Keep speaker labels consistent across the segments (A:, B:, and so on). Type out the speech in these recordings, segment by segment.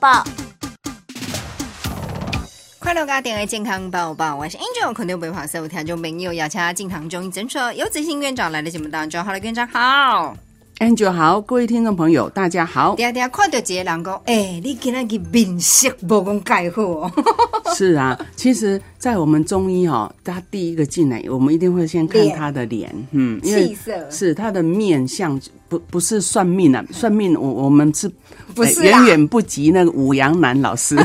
A: 报。
B: 快乐家点的健康抱抱，我是 Angel，肯定不会跑色。我听众朋友要请进堂中医诊所有子欣院长来的节目当中，好了，院长好。
C: Angel 好，各位听众朋友，大家好。
B: 嗲嗲看到一个人讲，哎、你今仔日面色无讲介好哦。
C: 是啊，其实，在我们中医哦，他第一个进来，我们一定会先看
B: 脸
C: 他 的脸，嗯，因为
B: 气色
C: 是他的面相，不不是算命啊，算命我我们是
B: 不是
C: 呃
B: 啦
C: 远远不及那个武阳南 老师，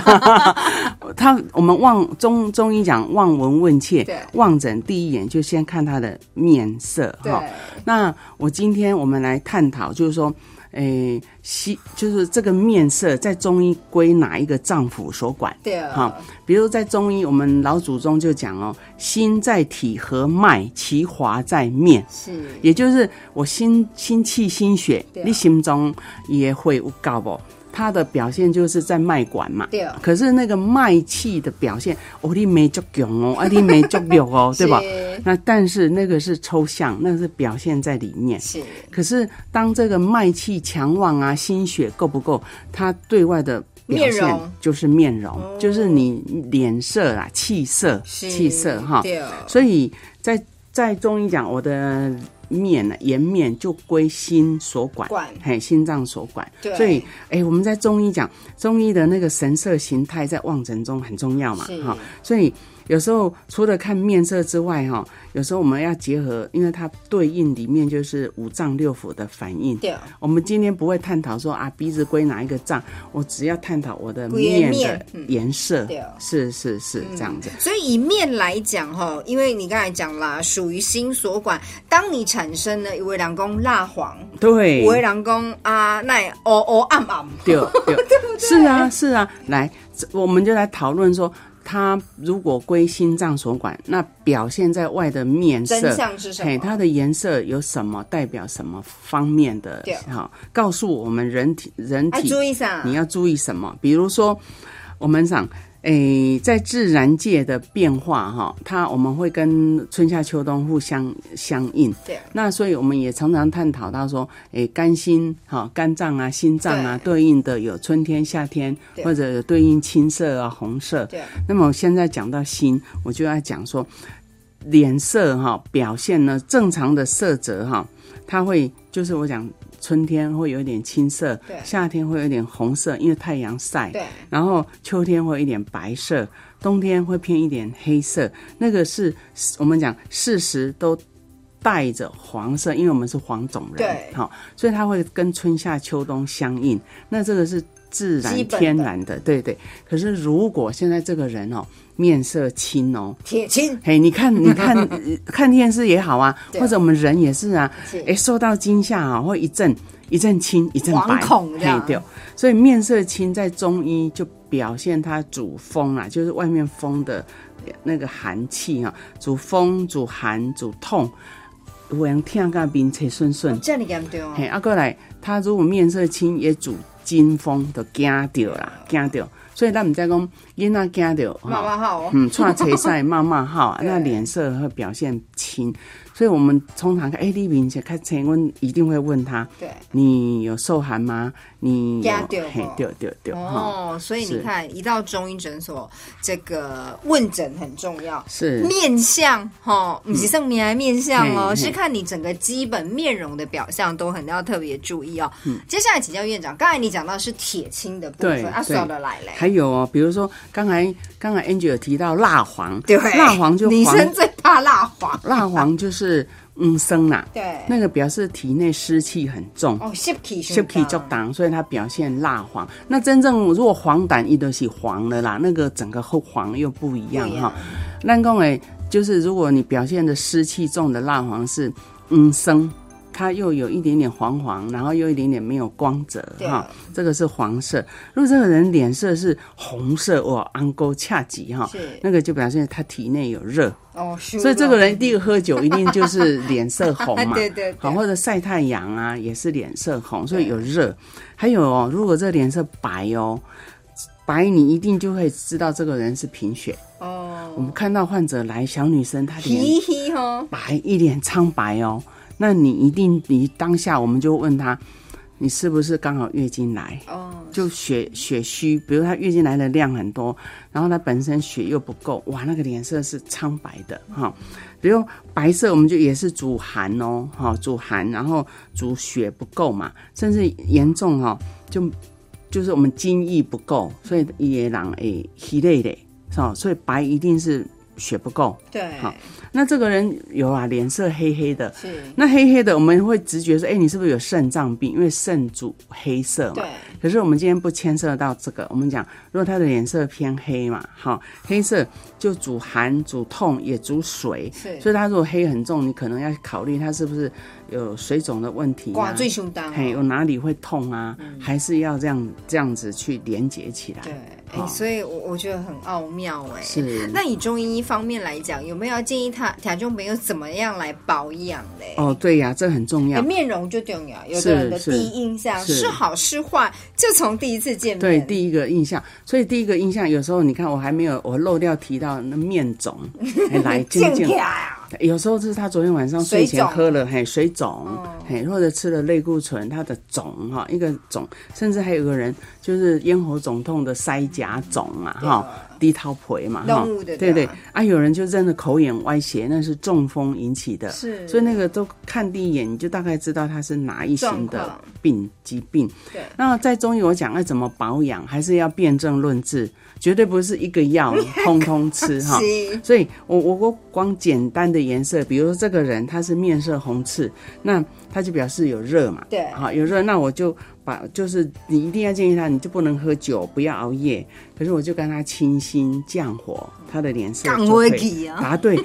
C: 他我们望中中医讲望闻问切
B: 对，
C: 望诊第一眼就先看他的面色
B: 对
C: 哈。那我今天我们来探讨，就是说，诶、西就是这个面色在中医归哪一个脏腑所管？
B: 对，啊
C: 好，比如在中医，我们老祖宗就讲哦，心在体和脉，其华在面。
B: 是
C: 也就是我心心气心血
B: 对，啊
C: 你心中也会有高不？它的表现就是在脉管嘛。
B: 对
C: 可是那个脉气的表现，哦，你没足强哦，啊，你没足弱 哦，对吧？
B: 是
C: 那但是那个是抽象，那是表现在里面。
B: 是
C: 可是当这个脉气强旺啊，心血够不够，它对外的表
B: 面
C: 现
B: 容
C: 就是面容，就是你脸色啊、气色、
B: 哦是
C: 气色哈。
B: 对，
C: 所以在在中医讲，我的面呢，啊颜面就归心所管，
B: 管
C: 嘿，心脏所管。
B: 对
C: 所以，哎、我们在中医讲，中医的那个神色形态在望诊中很重要嘛，
B: 是
C: 哈、所以有时候除了看面色之外，哈、有时候我们要结合，因为它对应里面就是五脏六腑的反应。
B: 对，
C: 我们今天不会探讨说啊鼻子归哪一个脏，我只要探讨我的
B: 归
C: 面
B: 面
C: 的颜色，
B: 对嗯
C: 是是是这样子。
B: 所以以面来讲哈，因为你刚才讲啦，属于心所管。当你产生了为人公蜡黄，
C: 对，
B: 为人公啊，那哦哦暗暗，
C: 对对是啊是啊，来，这我们就来讨论说，它如果归心脏所管，那表现在外的面
B: 真
C: 色，
B: 相是什
C: 嘿，
B: 么？
C: 它的颜色有什么代表什么方面的
B: 对？
C: 好、告诉我们人体人
B: 哎，
C: 体
B: 注意啥？
C: 你要注意什么？比如说，我们讲，诶、在自然界的变化哈，它我们会跟春夏秋冬互相相应。
B: 对。
C: 那所以我们也常常探讨到说，诶、肝心哈、肝脏啊、心脏啊，对应的有春天、夏天，
B: 对
C: 或者有对应青色啊、红色。
B: 对，
C: 那么我现在讲到心，我就要讲说，脸色哈、表现呢，正常的色泽哈、它会就是我讲春天会有一点青色
B: 对，
C: 夏天会有一点红色，因为太阳晒。
B: 对，
C: 然后秋天会有一点白色，冬天会偏一点黑色，那个是我们讲事实都带着黄色，因为我们是黄种人，
B: 对
C: 好、所以它会跟春夏秋冬相应。那这个是自然
B: 基本的
C: 天然的，对对。可是如果现在这个人哦，面色青哦，
B: 铁青
C: 嘿，你看，你看， 呃看电视也好啊，
B: 对
C: 或者我们人也是啊
B: 是，
C: 哎，受到惊吓啊，会一阵一阵青，一阵白，
B: 惶恐这
C: 嘿
B: 样，
C: 对。所以面色青在中医就表现它主风啊，就是外面风的呃那个寒气啊，主风、主寒、主痛，有人听个面色顺顺。
B: 这样你严重哦
C: 嘿，啊，过来，他如果面色青，也主惊风，就惊着啦，惊着。所以咱们在讲囡仔惊着，哈
B: 妈妈好哦，
C: 嗯，串车赛骂骂号，
B: 对
C: 那脸色会表现青，所以我们通常看，哎、你明显看陈问，一定会问他，
B: 对。
C: 你有受寒吗？你有
B: 怕到吗
C: 嘿，对对对，哈、
B: 哦，所以你
C: 是
B: 看，一到中医诊所，这个问诊很重要。
C: 是嗯
B: 面相哈，不是圣明还面相哦，
C: 嘿嘿
B: 是看你整个基本面容的表象都很要特别注意哦。接下来请教院长，刚才你讲到是铁青的部分，
C: 嗯对
B: 啊，
C: 对
B: 算了来嘞，
C: 还有哦，比如说刚才刚才 Angie 有提到蜡黄，
B: 对，
C: 蜡黄就
B: 女
C: 黄，
B: 生最怕蜡黄，
C: 蜡黄就是嗯生啦、
B: 对，
C: 那个表示体内湿气很重。
B: 哦，湿气
C: 湿气就重，所以它表现蜡黄。那真正如果黄疸，一都是黄的啦，那个整个后黄又不一样
B: 不一样
C: 哈。咱讲诶，就是如果你表现的湿气重的蜡黄是嗯生，它又有一点点黄黄，然后又一点点没有光泽
B: 对
C: 哈，这个是黄色。如果这个人脸色是红色，哇，昂勾恰吉哈。
B: 是
C: 那个就表现他体内有热，
B: 哦，
C: 所
B: 所
C: 以这个人第一个喝酒一定就是脸色红 嘛，
B: 对对
C: 好，
B: 对，
C: 或者晒太阳啊，也是脸色红，所以有热。还有哦，如果这脸色白哦，白你一定就会知道这个人是贫血。我
B: 哦，
C: 们看到患者来，小女生她脸
B: 嘻嘻哦，
C: 白，一脸苍白哦，那你一定，你当下我们就问她，你是不是刚好月经来？
B: 哦，
C: 就血血虚，比如她月经来的量很多，然后她本身血又不够，哇，那个脸色是苍白的哈。比如白色，我们就也是主寒哦，哈，主寒，然后主血不够嘛，甚至严重哈、哦，就就是我们精液不够，所以野狼诶，疲累累是吧？所以白一定是血不够。
B: 对，
C: 好那这个人有啊，脸色黑黑的，
B: 是，
C: 那黑黑的，我们会直觉说，哎、你是不是有肾脏病？因为肾主黑色嘛。
B: 对，
C: 可是我们今天不牵涉到这个，我们讲，如果他的脸色偏黑嘛，哈，黑色就主寒、主痛，也主水，
B: 是
C: 所以他如果黑很重，你可能要考虑他是不是有水肿的问题、啊，
B: 挂最胸当。哦
C: 嘿，有哪里会痛啊？还是要这样这样子去连接起来
B: 对，。哎、
C: 好
B: 所以我我觉得很奥妙哎、
C: 是
B: 那以中医方面来讲，有没有要建议他假中没有怎么样来保养嘞？
C: 哦，对呀、这很重
B: 哎
C: 要。
B: 面容就重要，有
C: 是
B: 的人的
C: 是
B: 第一印象
C: 是
B: 是好是坏，就从第一次见面。
C: 对，第一个印象，所以第一个印象，有时候你看我还没有，我漏掉提到那面肿， 哎来静
B: 见
C: 静
B: 起，来啊，
C: 有时候是他昨天晚上睡前喝了嘿水肿，
B: 哦
C: 嘿或者吃了类固醇，他的肿哈一个肿，甚至还有个人就是咽喉肿痛的腮颊肿啊哈，低头皮嘛哈
B: 动物的，
C: 对
B: 对
C: 对
B: 啊
C: 啊，有人就真的口眼歪斜，那是中风引起的，
B: 是
C: 所以那个都看第一眼你就大概知道他是哪一型
B: 状
C: 的
B: 况
C: 病疾病。
B: 对
C: 那在中医我讲哎要怎么保养，还是要辩证论治，绝对不是一个 药通通吃哈。
B: 是
C: 所以我我我光简单的颜色，比如说这个人他是面色红赤，那他就表示有热嘛，
B: 对
C: 好有热，那我就把就是你一定要建议他，你就不能喝酒，不要熬夜。可是我就跟他清心降火，他的脸色
B: 港
C: 就会
B: 威基啊，
C: 答对，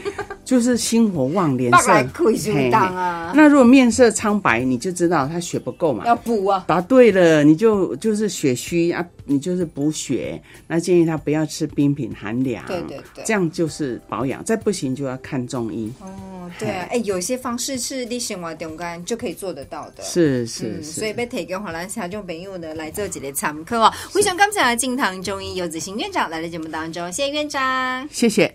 C: 就是心火 旺脸
B: 爸来
C: 色。
B: 亏胸当啊，
C: 那如果面色苍白，你就知道他血不够嘛，
B: 要补啊，
C: 答对了，你就就是血虚啊，你就是补血。那建议他不要吃冰品寒凉，
B: 对对对
C: 这样就是保养。再不行就要看中医。
B: 哦，对啊，哎，有些方式是你生活中间就可以做得到的。
C: 是是
B: 嗯，
C: 是。
B: 所以被提供给咱听众朋友呢来做一个参考哦。非常感谢敬堂中医游子行院长来到节目当中，谢谢院长。
C: 谢谢。